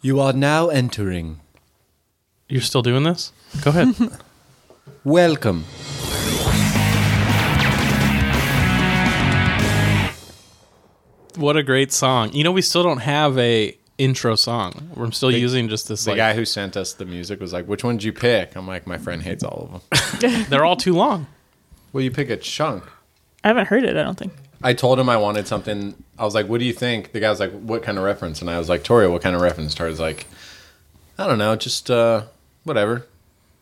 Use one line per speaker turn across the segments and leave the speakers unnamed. You are now entering.
You're still doing this? Go ahead.
Welcome
what a great song. You know, we still don't have a intro song. We're still using just this.
The
Like,
guy who sent us the music was like, "Which one did you pick?" I'm like, "My friend hates all of them."
they're all too long.
well, you pick a chunk.
I haven't heard it. I don't think.
I told him I wanted something. I was like, "What do you think?" The guy was like, "What kind of reference?" And I was like, "Tori, what kind of reference?" Tori's like, "I don't know, just uh, whatever."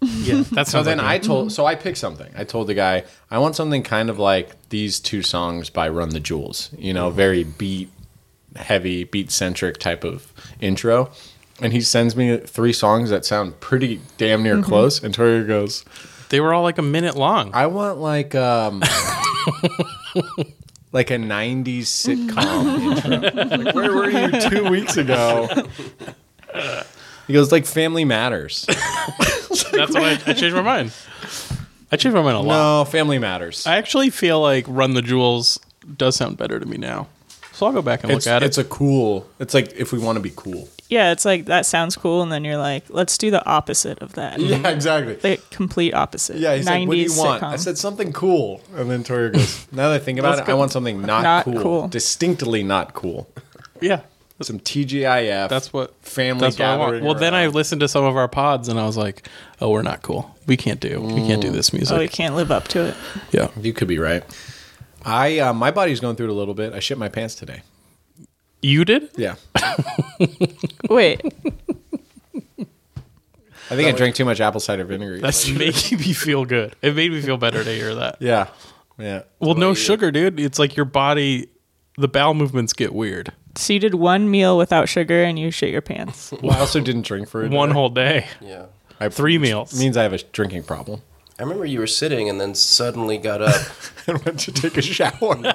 Yeah, that's
So then I told, so I picked something. I told the guy, "I want something kind of like these two songs by Run the Jewels." You know, very beat heavy, beat centric type of intro. And he sends me three songs that sound pretty damn near close. And Tori goes,
they were all like a minute long.
I want like um like a 90s sitcom intro. Like, where were you 2 weeks ago? He goes like Family Matters.
that's why I, I changed my mind. I changed my mind a lot.
No, Family Matters.
I actually feel like "Run the Jewels" does sound better to me now. So I'll go back and
It's,
look at
it's
it.
a cool. It's like if we want to be cool.
Yeah, it's like that sounds cool, and then you're like, let's do the opposite of that.
Yeah, exactly.
The complete opposite.
Yeah, he said, "What do you
90s
want?"
sitcom.
I said something cool, and then Tori goes, "Now that I think about
Let's
it, I
go-
want something not,
Not
cool.
cool.
distinctly not cool.
yeah,
Some TGIF.
that's what
family
That's what I want.
gathering.
Well, then I
around.
listened to some of our pods and I was like, "Oh, we're not cool. We can't do. We can't do this music."
oh, you can't live up to it.
yeah.
You could be right. I uh, my body's going through it a little bit. I shit my pants today.
You did?
Yeah,
Wait,
I think I drank too much apple cider vinegar.
That's making me feel good. It made me feel better to hear that.
yeah, yeah.
Well, no sugar, dude. It's like your body, the bowel movements get weird.
so you did one meal without sugar, and you shit your pants.
Well, I also didn't drink for a
One
day.
whole day.
Yeah.
I,
Three meals.
means I have a drinking problem.
I remember you were sitting and then suddenly got up.
I went to take a shower.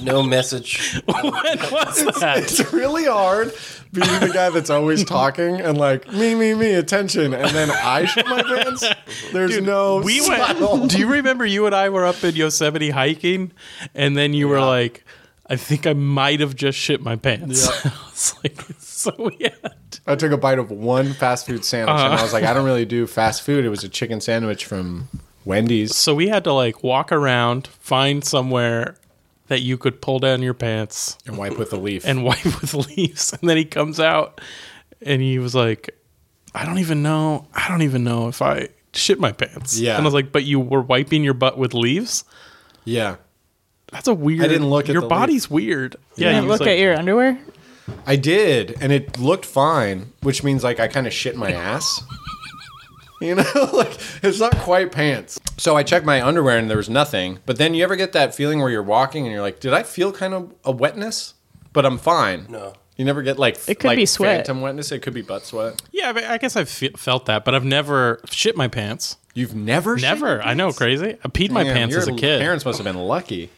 No message.
when was that?
it's really hard being the guy that's always talking and like me, me, me, attention, and then I shit my pants. There's no.
We went. Do you remember you and I were up in Yosemite hiking, and then you were like, "I think I might have just shit my pants." I was like, "So weird."
I took a bite of one fast food sandwich, and I was
Uh-huh.
like, I don't really do fast food. It was a chicken sandwich from Wendy's.
So we had to like walk around, find somewhere that you could pull down your pants
And wipe with a leaf.
and wipe with leaves, and then he comes out, and he was like, "I don't even know. I don't even know if I." Shit my pants.
Yeah.
and I was like, "But you were wiping your butt with leaves."
yeah,
That's a weird.
didn't look at
your
the
body's weird. Yeah,
You
he
didn't
was
look
like-
at your underwear.
I did, and it looked fine, which means like I kind of shit my ass. You know, like it's not quite pants. So I checked my underwear and there was nothing. But then you ever get that feeling where you're walking and you're like, did I feel kind of a wetness? But I'm fine.
No.
You never get like
It could
like
be sweat.
phantom wetness. It could be butt sweat.
Yeah, I, mean, I guess I've fe- felt that, but I've never shit my pants.
You've never shit your
Never. I know,
pants?
crazy. I peed my
Damn,
pants
your
as a kid.
Parents must have been lucky.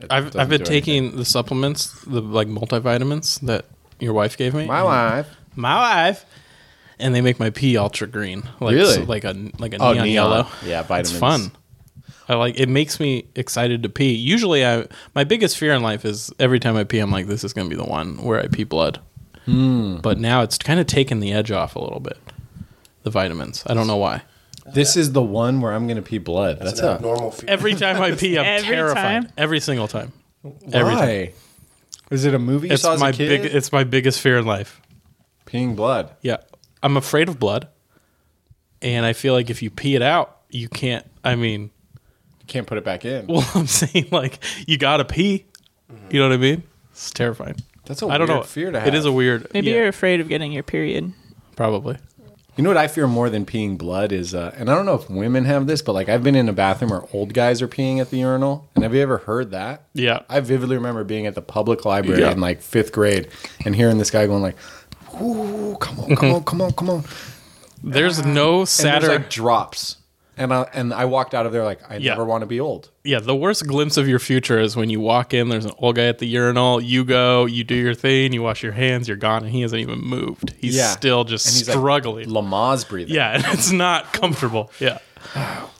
It
I've
doesn't
I've been
do anything.
taking the supplements, the like multivitamins that your wife gave me.
my wife.
My wife. And they make my pee ultra green, like
Really?
so- like a like a
Oh,
neon,
neon.
yellow.
Yeah,
It's
vitamins.
fun. I like it makes me excited to pee. Usually, I my biggest fear in life is every time I pee, I'm like, this is going to be the one where I pee blood.
Hmm.
But now it's kind of taken the edge off a little bit. The vitamins. I don't know why.
This is the one where I'm gonna pee blood. That's,
It's
a
an abnormal feeling.
Every time I pee, I'm
Every
terrified.
time?
Every single time. Every time.
why. Is it a movie you
It's
saw as
my
a kid?
big. It's my biggest fear in life.
Peeing blood.
Yeah, I'm afraid of blood, and I feel like if you pee it out, you can't. I mean,
Can't put it back in.
well, I'm saying like you gotta pee. You know what I mean? It's terrifying.
That's a
I don't
weird
know.
fear to
It is
have.
a weird.
Maybe
yeah,
you're afraid of getting your period.
probably.
You know what I fear more than peeing blood is, uh, and I don't know if women have this, but like I've been in a bathroom where old guys are peeing at the urinal. And have you ever heard that?
Yeah.
I vividly remember being at the public library
Yeah.
in like fifth grade and hearing this guy going like, "Ooh, come on, come on, come on, come on!"
There's no
And there's
Mm-hmm. sadder.
like drops, and I and I walked out of there like I
Yeah.
never want to be old.
yeah, the worst glimpse of your future is when you walk in. There's an old guy at the urinal. You go, you do your thing, you wash your hands, you're gone, and he hasn't even moved. He's
Yeah.
still just
And he's like,
struggling.
Lamaze breathing.
Yeah, and it's not comfortable. Yeah.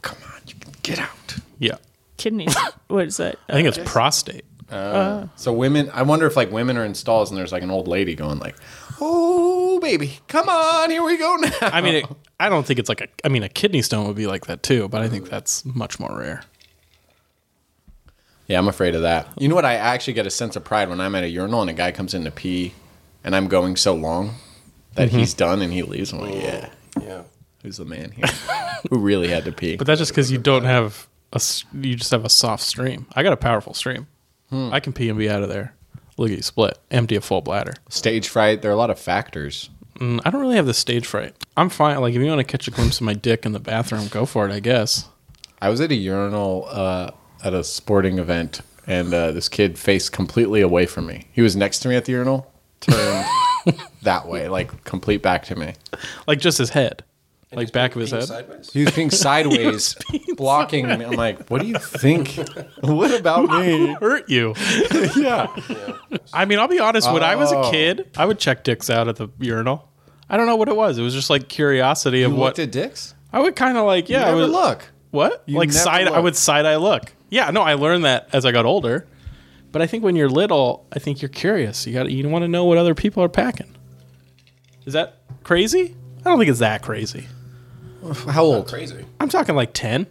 come on, you can get out.
Yeah.
Kidneys. what is that?
I think it's prostate.
So women, I wonder if like women are in stalls and there's like an old lady going like, oh baby, come on, here we go now.
I mean, it, I don't think it's like a. I mean, a kidney stone would be like that too, but I think that's much more rare.
Yeah, I'm afraid of that. You know what? I actually get a sense of pride when I'm at a urinal and a guy comes in to pee, and I'm going so long that he's done and he leaves. I'm like, Mm-hmm. Oh, yeah,
Yeah.
who's the man here who really had to pee?
But that's just because you don't have a. s- You just have a soft stream. I got a powerful stream.
Hmm.
I can pee and be out of there. Liggety split, empty a full bladder.
Stage fright. There are a lot of factors.
Mm, I don't really have the stage fright. I'm fine. Like if you want to catch a glimpse of my dick in the bathroom, go for it. I guess.
I was at a urinal uh, at a sporting event, and uh, this kid faced completely away from me. He was next to me at the urinal, turned that way, like complete back to me.
Like just his head, like back of his
Being
head.
Sideways?
He was being sideways, blocking me. I'm like, what do you think? what about me?
Hurt you.
yeah.
I mean, I'll be honest. When I was a
Oh.
kid, I would check dicks out at the urinal. I don't know what it was. It was just like curiosity of
You
what
looked at dicks?
I would kind of like. Yeah,
You
I
never
would
look.
What?
You
like
never
side? I
look.
would side eye look. Yeah, no, I learned that as I got older. But I think when you're little, I think you're curious. You got you want to know what other people are packing. Is that crazy? I don't think it's that crazy.
How old?
Crazy.
I'm talking like 10.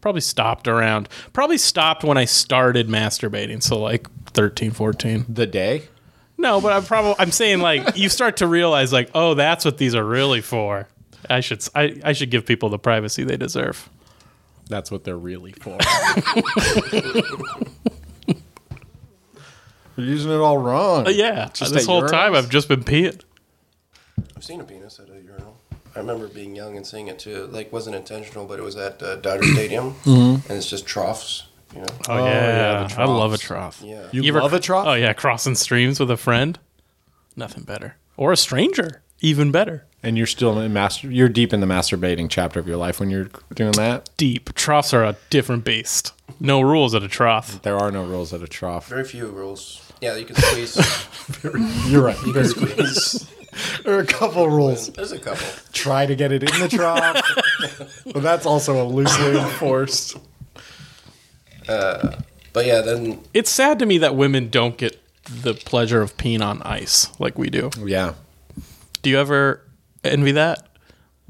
Probably stopped around. Probably stopped when I started masturbating, so like 13, 14.
The day?
No, but I'm probably I'm saying like you start to realize like, "Oh, that's what these are really for." I should s- I, I should give people the privacy they deserve.
That's what they're really for. You're using it all wrong.
But Uh, yeah,
Just
this
at
whole time
urinals?
I've just been peeing.
I've seen a penis at a urinal. I remember being young and seeing it too. It, Like wasn't intentional, but it was at uh, Dodger Stadium,
Mm-hmm.
and it's just troughs. You know.
Oh, yeah, I love a trough.
Yeah.
You, love
cr-
a trough?
Oh yeah, crossing streams with a friend. Nothing better. Or a stranger, even better.
And you're still in master. You're deep in the masturbating chapter of your life when you're doing that.
Deep troughs are a different beast. No rules at a trough.
There are no rules at a trough.
Very few rules. Yeah, you can squeeze.
You're right. There's,
squeeze.
there are a couple rules.
There's a couple.
Try to get it in the trough, but that's also elusive, forced.
But yeah, then
It's sad to me that women don't get the pleasure of peeing on ice like we do.
Yeah.
Do you ever envy that?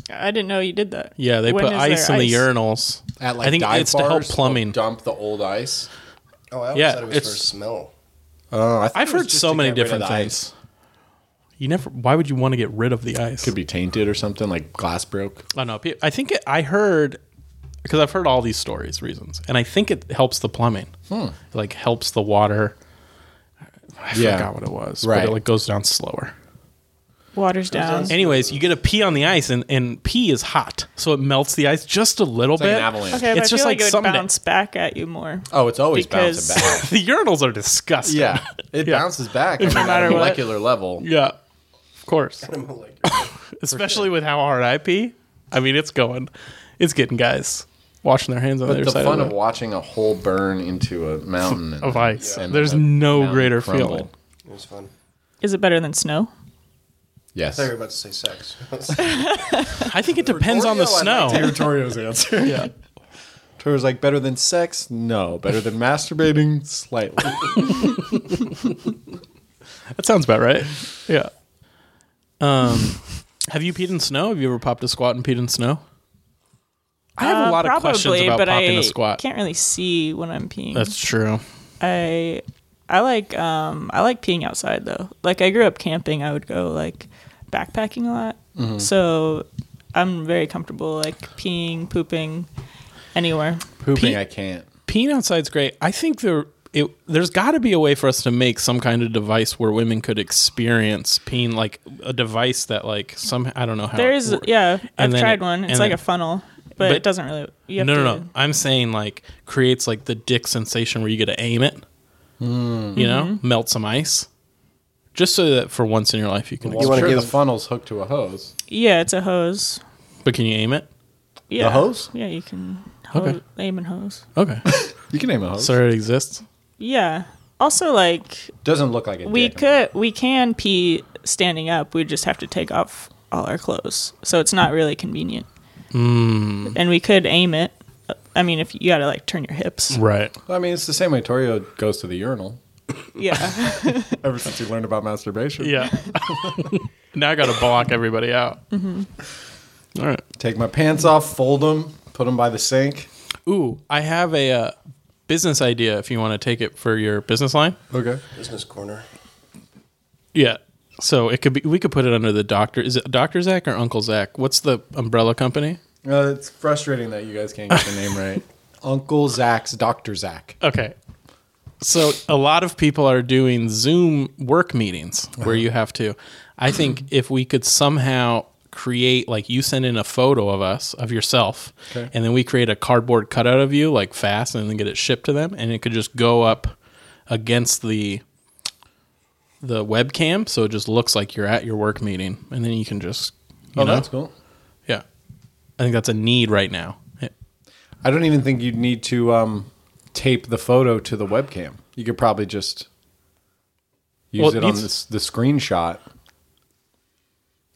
I didn't know you did that.
Yeah, they
When
put
is
ice
there
in the urinals.
At like
I think
dive
it's to help
bars,
plumbing.
they'll Dump the old ice.
oh, I always
Yeah,
thought it was for
it's-
smell.
Oh, I
I've heard so many different
Ice.
things. You never. Why would you want to get rid of the ice?
Could be tainted or something, like glass broke.
I know. pe- I think it, I heard because I've heard all these stories, reasons, and I think it helps the plumbing.
Hmm.
It, like helps the water. I
Yeah.
forgot what it was, but
Right.
it like goes down slower.
Waters down.
Anyways, you get a pee on the ice, and and pee is hot, so it melts the ice just a little
like
bit.
an avalanche.
Okay, but
It's
I
just
feel
like
like, it would
someday.
bounce back at you more.
Oh, it's always
Because-
bouncing back.
The urinals are disgusting.
Yeah, it
Yeah.
bounces back I mean, at
matter
a
what.
molecular level.
yeah, of course.
Like,
Especially with how hard I pee. I mean, it's going, it's getting guys washing their hands on
But
their
the
side.
fun
of
of
the-
watching a hole burn into a mountain and-
of ice.
and
There's
a
no
mountain
greater
crumble.
feeling.
it was fun.
Is it better than snow?
Yes.
I thought you were about to say sex.
I think it depends on the
Oreo, I
snow.
like
Torio's answer. yeah. Torio's like better than sex? No. Better than masturbating? Slightly.
That sounds about right. Yeah. Um, have you peed in snow? Have you ever popped a squat and peed in snow? I have a
Uh,
lot of
probably,
questions about
but
popping
I
a squat.
Can't really see when I'm peeing.
That's true.
I I like um I like peeing outside though. Like I grew up camping. I would go like backpacking a lot.
Mm-hmm.
So I'm very comfortable like peeing, pooping anywhere.
Pooping,
Pete-
I can't.
Peeing outside's great. I think there it, there's got to be a way for us to make some kind of device where women could experience peeing, like a device that like some I don't know how. it
There's
works.
yeah, I've
then
tried
it-
one. It's
and
like
then-
a funnel, but,
but-
it doesn't really you have
no,
to
no, no. I'm saying like creates like the dick sensation where you get to aim it. You know,
Mm-hmm.
melt some ice, just so that for once in your life you can.
Well,
wanna
sure,
give-
the funnel's hooked to a hose.
Yeah, it's a hose.
But can you aim it?
Yeah.
hose?
Yeah, you can hose,
Okay.
aim and hose.
Okay.
You can name a hose.
so it exists.
Yeah. Also like
Doesn't look like a
we
dick.
could we can pee standing up we just have to take off all our clothes so it's not really convenient
Hmm.
mm. and we could aim it i mean if you gotta like turn your hips
Right.
I mean, it's the same way Torio goes to the urinal.
Yeah.
Ever since you learned about masturbation,
Yeah. now I got to block everybody out. Mm-hmm. All right.
take my pants off, fold them, put them by the sink.
Ooh, I have a uh, business idea if you want to take it for your business line.
Okay.
Business corner.
Yeah. So it could be we could put it under the doctor. Is it Doctor Zach or Uncle Zach? What's the umbrella company?
Uh, it's frustrating that you guys can't get the name right. Uncle Zach's Doctor Zach.
Okay. So a lot of people are doing Zoom work meetings where you have to. I think if we could somehow create like you send in a photo of us of yourself
Okay.
and then we create a cardboard cutout of you like fast and then get it shipped to them and it could just go up against the the webcam so it just looks like you're at your work meeting and then you can just you
Oh,
know
that's cool.
yeah i think that's a need right now Yeah.
I don't even think you'd need to um, tape the photo to the webcam. You could probably just use
Well, it
it on
needs-
this, the screenshot.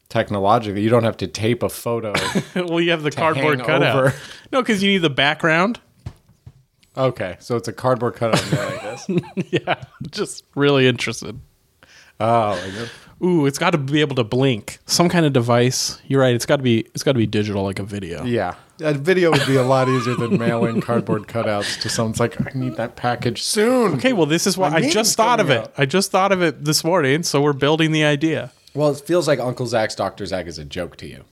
Technologically, you don't have to tape a photo.
well you have the cardboard
hang
cutout
over.
no because you need the background
okay, so it's a cardboard cutout. of me, I guess.
Yeah, just really interested.
Oh, I guess.
Ooh, it's got to be able to blink. Some kind of device. You're right. It's got to be. It's got to be digital, like a video.
yeah. That video would be a lot easier than mailing cardboard cutouts to someone. It's like, I need that package soon.
Okay, well, this is why
My
I
meeting's
just thought of
coming
it.
up.
I just thought of it this morning, so we're building the idea.
Well, it feels like Uncle Zach's Doctor Zach is a joke to you.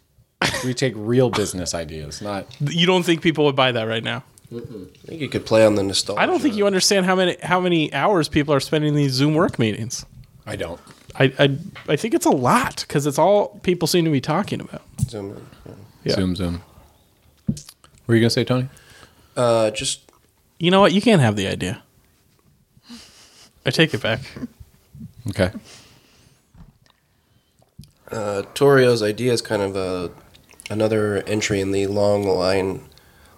We take real business ideas, not
You don't think people would buy that right now?
I think you could play on the nostalgia.
I don't think you understand how many how many hours people are spending in these Zoom work meetings.
I don't.
I I, I think it's a lot because it's all people seem to be talking about.
Zoom in. yeah.
Yeah.
Zoom, zoom. Were you gonna say, Tony?
Uh, just
You know what? You can't have the idea. I take it back.
Okay.
uh, Torio's idea is kind of a, another entry in the long line,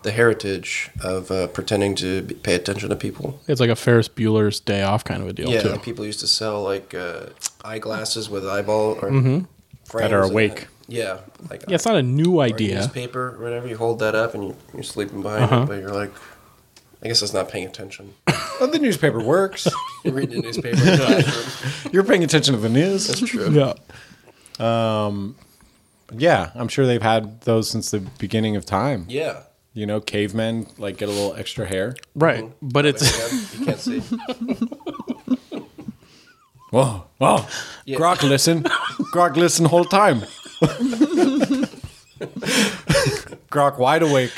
the heritage of uh, pretending to be, pay attention to people.
It's like a Ferris Bueller's Day Off kind of a deal
Yeah,
too.
people used to sell like uh, eyeglasses with eyeball or frames
That are
and
awake.
yeah, like
Yeah, it's not a new
or
idea.
newspaper, or whatever. You hold that up and you, you're sleeping behind it, but you're like, I guess that's not paying attention.
Well, the newspaper works.
You're reading a newspaper. in the bathroom.
You're paying attention to the news.
That's true.
Yeah.
Yeah, I'm sure they've had those since the beginning of time.
Yeah.
You know, cavemen like get a little extra hair.
Right. But it's
Yeah, you can't see.
Whoa, whoa.
Yeah.
Grok listen. Grok listen whole time. Grok wide awake.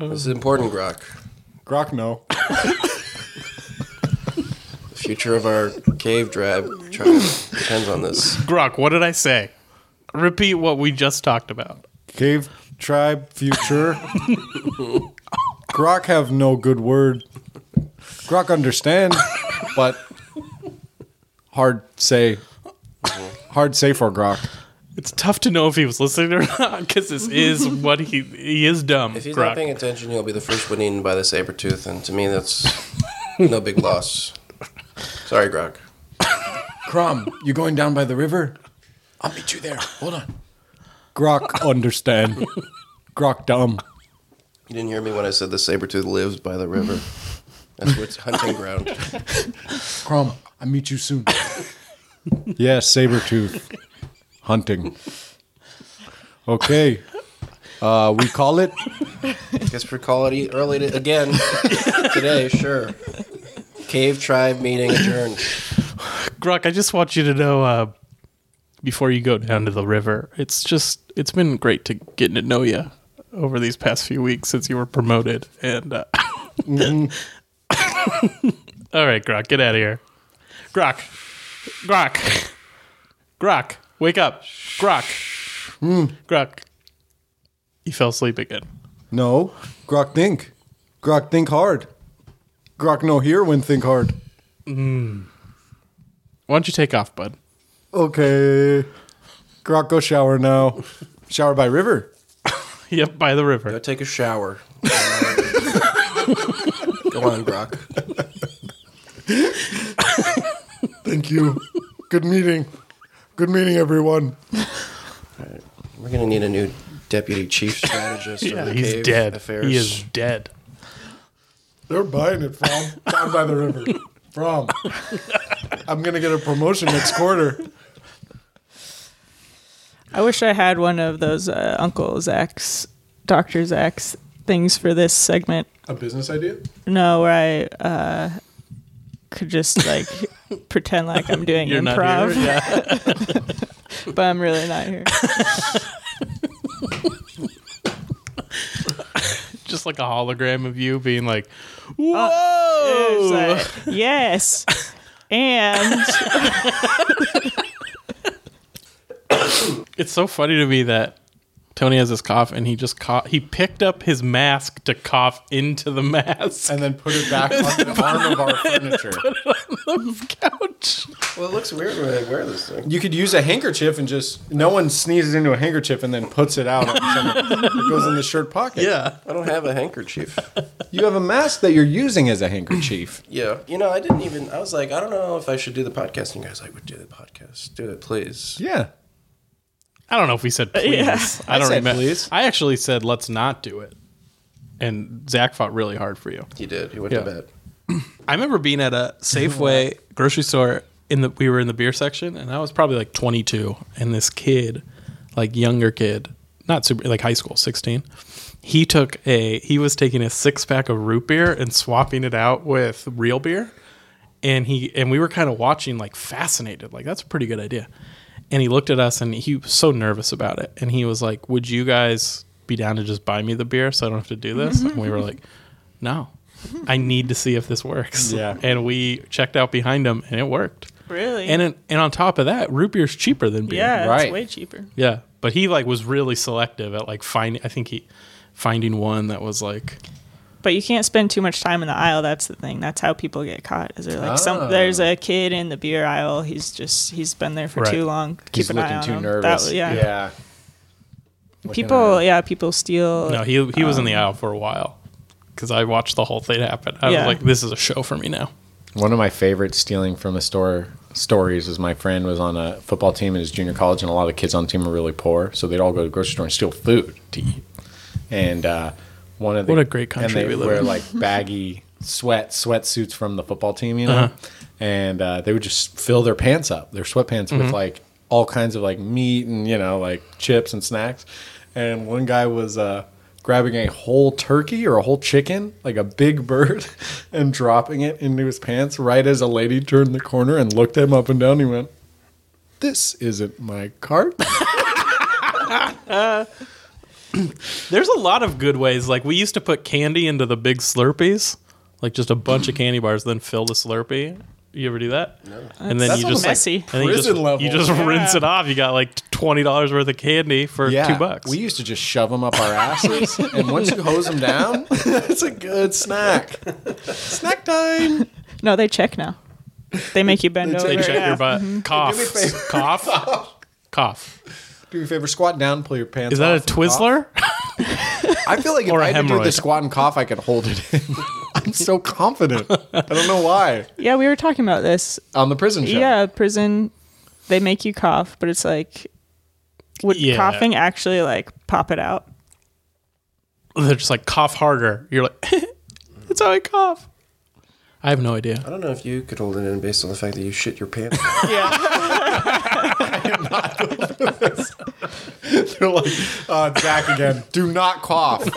This is important, Grok.
Grok no.
The future of our cave drive tribe depends on this.
Grok, what did I say? Repeat what we just talked about.
Cave tribe future. Grok have no good word. Grok understand, but hard say, hard say for Grok.
It's tough to know if he was listening or not because this is what he he is dumb.
If he's
Grok.
not paying attention, he'll be the first one eaten by the saber tooth, and to me, that's no big loss. Sorry, Grog.
Crom, you going down by the river? I'll meet you there. Hold on. Grok understand. Grok dumb.
You didn't hear me when I said the saber tooth lives by the river. That's where its hunting ground.
Crom, I meet you soon. yes, saber tooth hunting. Okay. Uh, we call it
Guess we're calling it early to, again today, sure. Cave tribe meeting adjourned.
Grok, I just want you to know uh, before you go down to the river, it's just it's been great to getting to know you over these past few weeks since you were promoted. And uh, all right, Grok, get out of here. Grok, Grok, Grok, wake up, Grok, Grok. You fell asleep again.
No, Grok think. Grok think hard. Grok no here when think hard.
Why don't you take off, bud?
Okay. Grok go shower now. Shower by river.
Yep, by the
Go
river.
take a shower. Go on, Grog.
Thank you. Good meeting. Good meeting, everyone.
We're gonna need a new deputy chief strategist. of the
he's
cave
dead.
Affairs.
He is dead.
They're buying it from down by the river. From. I'm gonna get a promotion next quarter.
I wish I had one of those uh, Uncle Zach's, Doctor Zach's things for this segment.
A business idea?
No, where I uh, could just like pretend like I'm doing
You're not
improv,
here. Yeah.
but I'm really not here.
Just like a hologram of you being like,
Oh,
It's
whoa.
like, yes, and
It's so funny to me that Tony has this cough and he just cough. He picked up his mask to cough into the mask
and then put it back on the arm of our furniture.
on the couch.
Well, it looks weird when I wear this thing.
You could use a handkerchief and just no one sneezes into a handkerchief and then puts it out. On someone. it goes in the shirt pocket.
Yeah.
I don't have a handkerchief.
You have a mask that you're using as a handkerchief.
Yeah. You know, I didn't even. I was like, I don't know if I should do the podcast. And you guys like, would do the podcast. Do it, please.
Yeah.
I don't know if we said please. I don't
said
remember.
please.
I actually said let's not do it. And Zach fought really hard for you.
He did. He went
Yeah.
to bed.
I remember being at a Safeway grocery store in the we were in the beer section and I was probably like 22 and this kid, like younger kid, not super like high school, 16. He took a he was taking a six pack of root beer and swapping it out with real beer and he and we were kind of watching like fascinated like that's a pretty good idea and he looked at us and he was so nervous about it and he was like would you guys be down to just buy me the beer so i don't have to do this and we were like no i need to see if this works
Yeah.
and we checked out behind him and it worked
really,
and it, and on top of that root beer's cheaper than beer
yeah,
Right.
it's way cheaper.
yeah but he like was really selective at like finding i think he finding one that was like
But you can't spend too much time in the aisle. That's the thing. That's how people get caught. Is there like
Ah.
some? There's a kid in the beer aisle. He's just he's been there for
Right.
too long. Keep
He's
an
looking
eye
too
on him.
nervous.
That, yeah.
yeah.
People. Yeah. People steal.
No, he he was in the aisle for a while because I watched the whole thing happen. I
Yeah.
was like, this is a show for me now.
One of my favorite stealing from a store stories is my friend was on a football team in his junior college, and a lot of kids on the team were really poor, so they'd all go to the grocery store and steal food to eat. And uh, one of the
What a great country
and they
we live
wear
in.
like baggy sweat sweatsuits from the football team, you know,
Uh-huh.
and uh, they would just fill their pants up, their sweatpants
Mm-hmm.
with like all kinds of like meat and you know like chips and snacks. And one guy was uh, grabbing a whole turkey or a whole chicken, like a big bird, and dropping it into his pants right as a lady turned the corner and looked him up and down. He went, "This isn't my cart."
There's a lot of good ways. Like we used to put candy into the big Slurpees, like just a bunch of candy bars, then fill the Slurpee. You ever do that? No. And then
That's
you just like-
messy.
and then you just,
Prison level.
you just rinse it off. You got like twenty dollars worth of candy for two bucks.
We used to just shove them up our asses, and once you hose them down, it's a good snack. snack time.
No, they check now. They make you bend over.
they check
yeah.
your butt.
Mm-hmm.
Cough. Cough. Cough.
Do me a favor, squat down, pull your pants.
Is that a
off, and cough.
Twizzler?
I feel like if
Or a
I had to do the
hemorrhoid?
squat and cough, I could hold it. in. I'm so confident. I don't know why.
Yeah, we were talking about this.
On the prison show.
Yeah, prison. They make you cough, but it's like, would
Yeah.
coughing actually like pop it out?
They're just like cough harder. You're like, that's how I cough. I have no idea.
I don't know if you could hold it in based on the fact that you shit your pants.
They're like, uh, Jack again. Do not cough.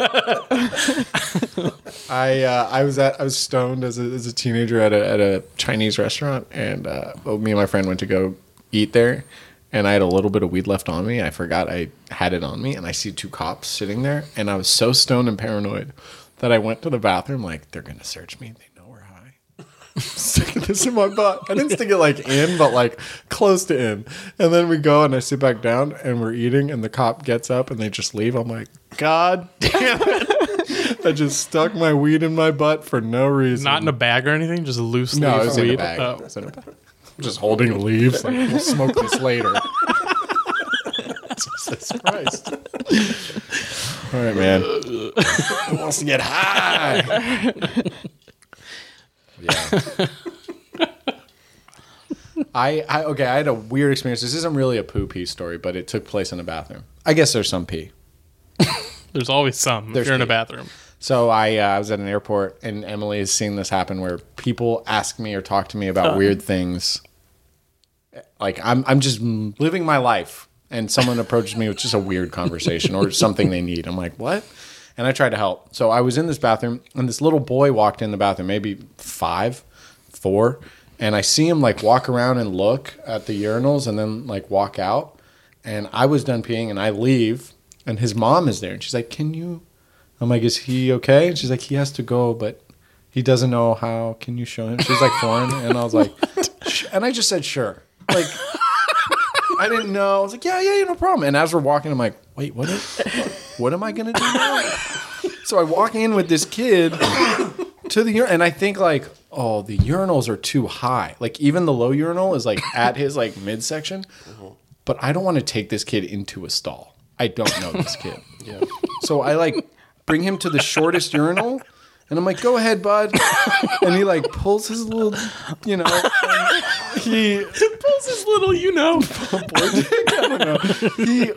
I uh, I was at I was stoned as a, as a teenager at a, at a Chinese restaurant, and uh, well, me and my friend went to go eat there, and I had a little bit of weed left on me. I forgot I had it on me, and I see two cops sitting there, and I was so stoned and paranoid that I went to the bathroom like they're gonna search me. They know we're high sticking this in my butt. I didn't stick it like in, but like close to in. And then we go and I sit back down and we're eating, and the cop gets up and they just leave. I'm like, God damn it. I just stuck my weed in my butt for no reason.
Not in a bag or anything, just loose
no, it
leaf
was
weed.
in a bag.
Oh.
It was in a bag. Just holding leaves. Like, we'll smoke this later. Jesus Christ. All right, man. Who wants to get high? Yeah. I, I okay. I had a weird experience. This isn't really a poo pee story, but it took place in a bathroom. I guess there's some pee.
There's always some
There's
if you're in a
pee.
bathroom.
So I, uh, I was at an airport, and Emily has seen this happen where people ask me or talk to me about weird things. Like I'm, I'm just living my life, and someone approaches me with just a weird conversation or something they need. I'm like, what? And I try to help. So I was in this bathroom, and this little boy walked in the bathroom, maybe five, four, and I see him like walk around and look at the urinals, and then like walk out. And I was done peeing, and I leave, and his mom is there, and she's like, "Can you?" I'm like, is he okay? And she's like, he has to go, but he doesn't know how. Can you show him? She's like foreign, and I was like, sh- and I just said sure. Like, I didn't know. I was like, yeah, yeah, yeah, no problem. And as we're walking, I'm like, wait, what? Is, what am I gonna do now? so I walk in with this kid to the urinal, and I think like, oh, the urinals are too high. Like even the low urinal is like at his like midsection, but I don't want to take this kid into a stall. I don't know this kid. yeah. So I like bring him to the shortest urinal, and I'm like, go ahead, bud. and he like pulls his little, you know, and he
This is little, you know.
he.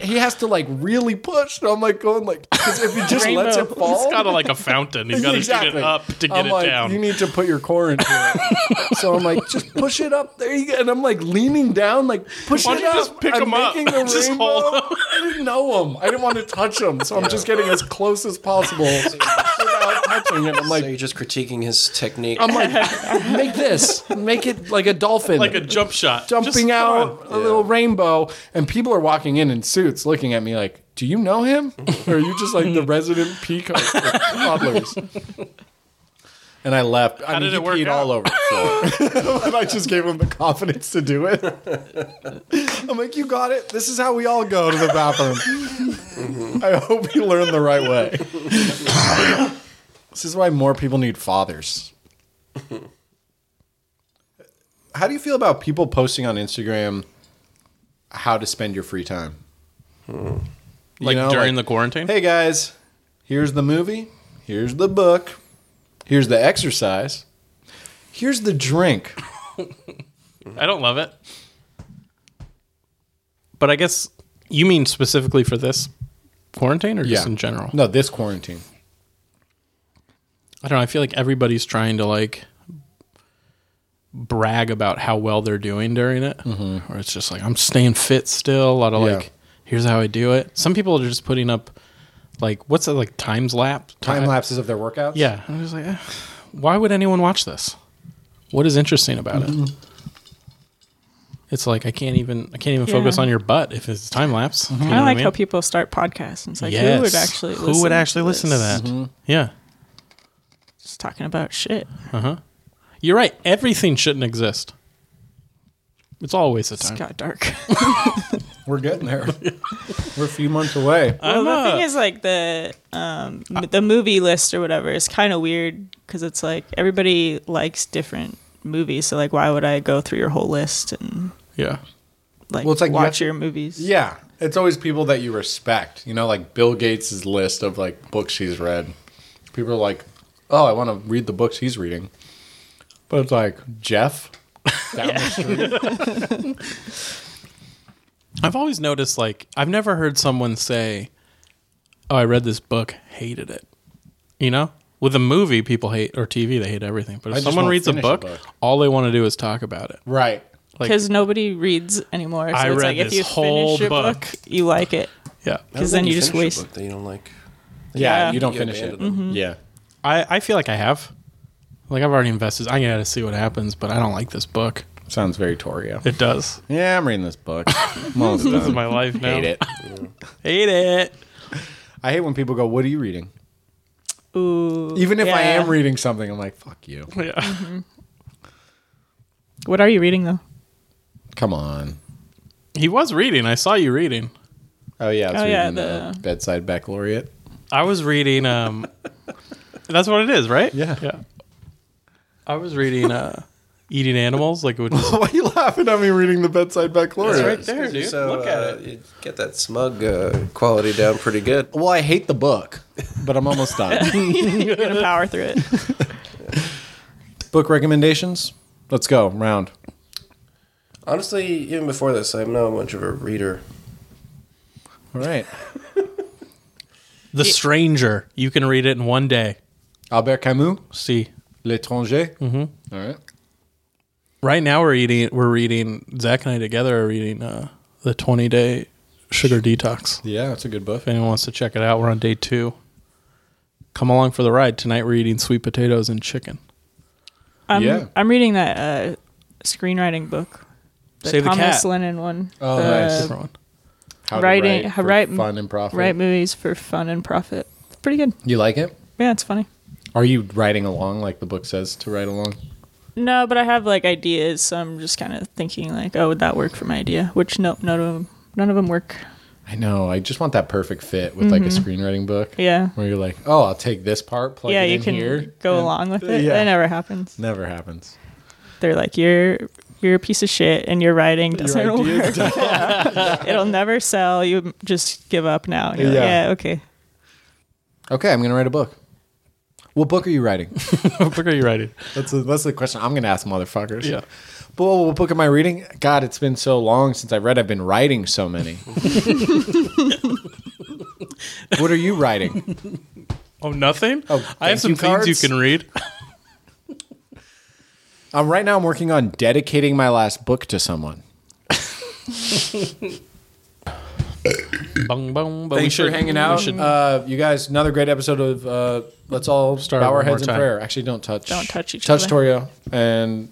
He has to like really push. So I'm like going like because if he just lets it fall,
It's kind of like a fountain. He's got to shoot it up to get
I'm
it
like,
down.
You need to put your core into it. so I'm like, just push it up. There you go. And I'm like leaning down, like push
Why
it
don't you
up.
just pick
I'm
'em up?
making the
Just
rainbow.
hold 'em.
I didn't know him. I didn't want to touch him, so I'm just getting as close as possible without touching it. I'm
so
like,
you're just critiquing his technique.
I'm like, make this, make it like a dolphin,
like a jump shot.
jumping
Just
out
fun.
a little rainbow, and people are walking in in suits, looking at me like. Do you know him? Or are you just like the resident peacock for toddlers? And I left. I
How
mean,
did
he
it work
peed
out?
all over the floor. but I just gave him the confidence to do it. I'm like, you got it. This is how we all go to the bathroom. I hope you learn the right way. this is why more people need fathers. How do you feel about people posting on Instagram how to spend your free time? You
Hmm. Like
know,
during
like,
the quarantine.
Hey guys, here's the movie, here's the book, here's the exercise, here's the drink.
I don't love it. But I guess you mean specifically for this quarantine or just in general?
No, this quarantine.
I don't know. I feel like everybody's trying to like brag about how well they're doing during it, or it's just like I'm staying fit still. A lot of
Mm-hmm. Yeah.
like, here's how I do it. Some people are just putting up like what's it like times lapse
Time lapses of their workouts.
Yeah, I was like, eh, why would anyone watch this? What is interesting about
Mm-hmm.
it? It's like I can't even I can't even focus
Yeah.
on your butt if it's time lapse.
Mm-hmm.
You know
I
what
like
mean?
how people start podcasts. And it's like who would
Yes.
actually
who
listen
would actually listen to
this?
that?
Mm-hmm.
Yeah,
Just talking about shit.
you're right. Everything shouldn't exist. It's always a
It's
time.
got dark.
We're getting there. We're a few months away.
Well, the
uh,
Uh-huh.
thing is, like the um, m- the movie list or whatever is kind of weird because it's like everybody likes different movies. So like, why would I go through your whole list and
Yeah.
like,
Well, it's like you have
watch
to-
your movies?
Yeah. It's always people that you respect. You know, like Bill Gates' list of like books he's read. People are like, Oh, I want to read the books he's reading. But it's like Jeff down the street.
I've always noticed like I've never heard someone say, "Oh, I read this book, hated it." You know, with a movie, people hate or TV, they hate everything.
I
But if
just
someone
won't
reads a
finish a
book,
book.
all they want to do is talk about it.
Right.
Like-
because nobody reads anymore. So
I
it's
read
like if
this
you
whole
finish your book,
book.
you like it
Yeah,
because then you just waste.
Book that you don't like.
Yeah,
Yeah.
you don't
You
finish it.
abandon
Yeah.
I I feel like I have. Like I've already invested. I got to see what happens, but I don't like this book.
Sounds very Torio.
It does.
Yeah, I'm reading this book. I'm almost
This is
done.
my life now.
Hate it.
Hate it.
I hate when people go, What are you reading?
Ooh,
Even if I
yeah.
am reading something, I'm like, Fuck you.
Yeah.
What are you reading though?
Come on.
He was reading. I saw you reading.
Oh, yeah. I was
Oh,
reading
yeah,
uh,
the-
Bedside Baccalaureate.
I was reading. Um, that's what it is, right?
Yeah.
Yeah. I was reading. Uh, eating animals, like which
Why are you laughing at me reading the bedside baccalaureate?
right there, dude. Look at it.
uh, You get that smug uh, quality down pretty good.
Well, I hate the book, but I'm almost done.
You're gonna power through it.
book recommendations? Let's go round.
Honestly, even before this, I'm not much of a reader.
All right.
The Stranger. You can read it in one day.
Albert Camus,
See.
L'étranger. Mm-hmm. right.
Right now we're eating we're reading Zach and I together are reading uh, the twenty day sugar detox.
Yeah, that's a good book.
If anyone wants to check it out, we're on day two. Come along for the ride. Tonight we're eating sweet potatoes and chicken.
I'm,
Yeah.
I'm reading that uh, screenwriting book. The
Save the
Thomas
Cat.
Lennon one.
Oh,
the
nice.
Different one.
How to
uh, Writing-
write
how
for
write-
fun and profit.
Write movies for fun and profit. It's pretty good.
You like it?
Yeah, it's funny.
Are you writing along like the book says to write along?
No, but I have like ideas, so I'm just kind of thinking like, oh, would that work for my idea? Which no, none of them, none of them work.
I know. I just want that perfect fit with like a screenwriting book.
Mm-hmm. Yeah,
Where you're like, oh, I'll take this part, plug
yeah,
it
you
in
can
here.
go along with it.
yeah.
That never happens.
Never happens.
They're like, you're you're a piece of shit, and your writing doesn't work. It'll never sell. You just give up now. And you're
Yeah.
Like, yeah, okay.
Okay, I'm gonna write a book. What book are you writing?
What book are you writing?
That's a, that's the question I'm gonna ask motherfuckers.
Yeah.
But what, what book am I reading? God, it's been so long since I read. I've been writing so many. what are you writing?
Oh, nothing.
Oh,
I have some
thank you
things you
cards.
can read.
Um, right now, I'm working on dedicating my last book to someone.
bung, bung, but we
Thanks for
should-
hanging
we
out,
should-
uh, you guys. Another great episode of uh, Let's All
Start
Start Bow Our
one more
Heads in
time.
Prayer. Actually, don't touch.
Don't touch each
touch
other.
Torio and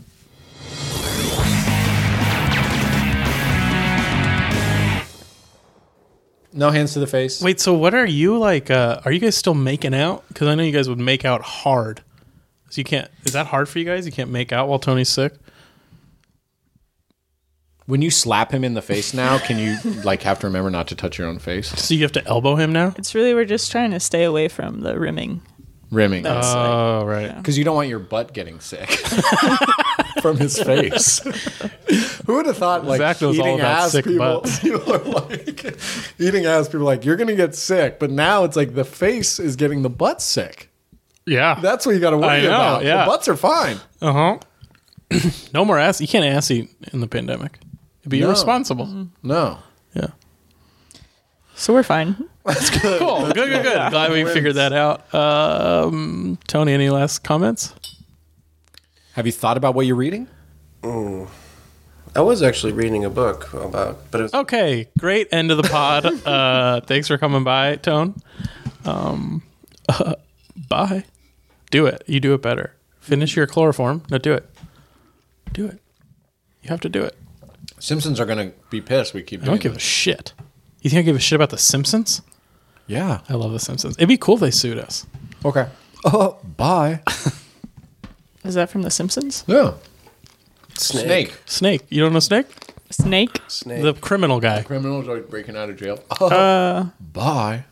no hands to the face.
Wait, so what are you like? Uh, are you guys still making out? Because I know you guys would make out hard. So you can't. Is that hard for you guys? You can't make out while Tony's sick.
When you slap him in the face now, can you like have to remember not to touch your own face?
So you have to elbow him now.
It's really we're just trying to stay away from the rimming.
Rimming.
That's like,
Oh right.
Because you don't want your butt getting sick from his face.
Who would have thought like
Zach knows all
eating
about
ass
sick
people,
butts.
people are like eating ass people are like you're gonna get sick, but now it's like the face is getting the butt sick.
Yeah.
That's what you got to
I
worry
know,
about.
yeah.
The butts are fine.
uh huh. no more ass. You can't ass eat in the pandemic. It'd be
No.
irresponsible.
Mm-hmm.
No.
Yeah.
so we're fine.
Cool. Good. Good. Good. Glad we figured that out. Um, Tony, any last comments?
Have you thought about what you're reading?
I was actually reading a book about, but it was,
Oh,
Okay, great end of the pod. uh, thanks for coming by, Tone. Um, bye. Do it. You do it better. Finish your chloroform. No, do it. Do it. You have to do it.
Simpsons are going to be pissed. We keep
I
doing
don't give a
this.
shit. You think I give a shit about The Simpsons?
yeah.
I love The Simpsons. It'd be cool if they sued us.
Okay. Oh, bye.
Is that from The Simpsons?
No.
Snake.
Snake. You don't know Snake?
Snake.
snake.
The criminal guy.
Criminals are breaking out of jail. Oh, bye.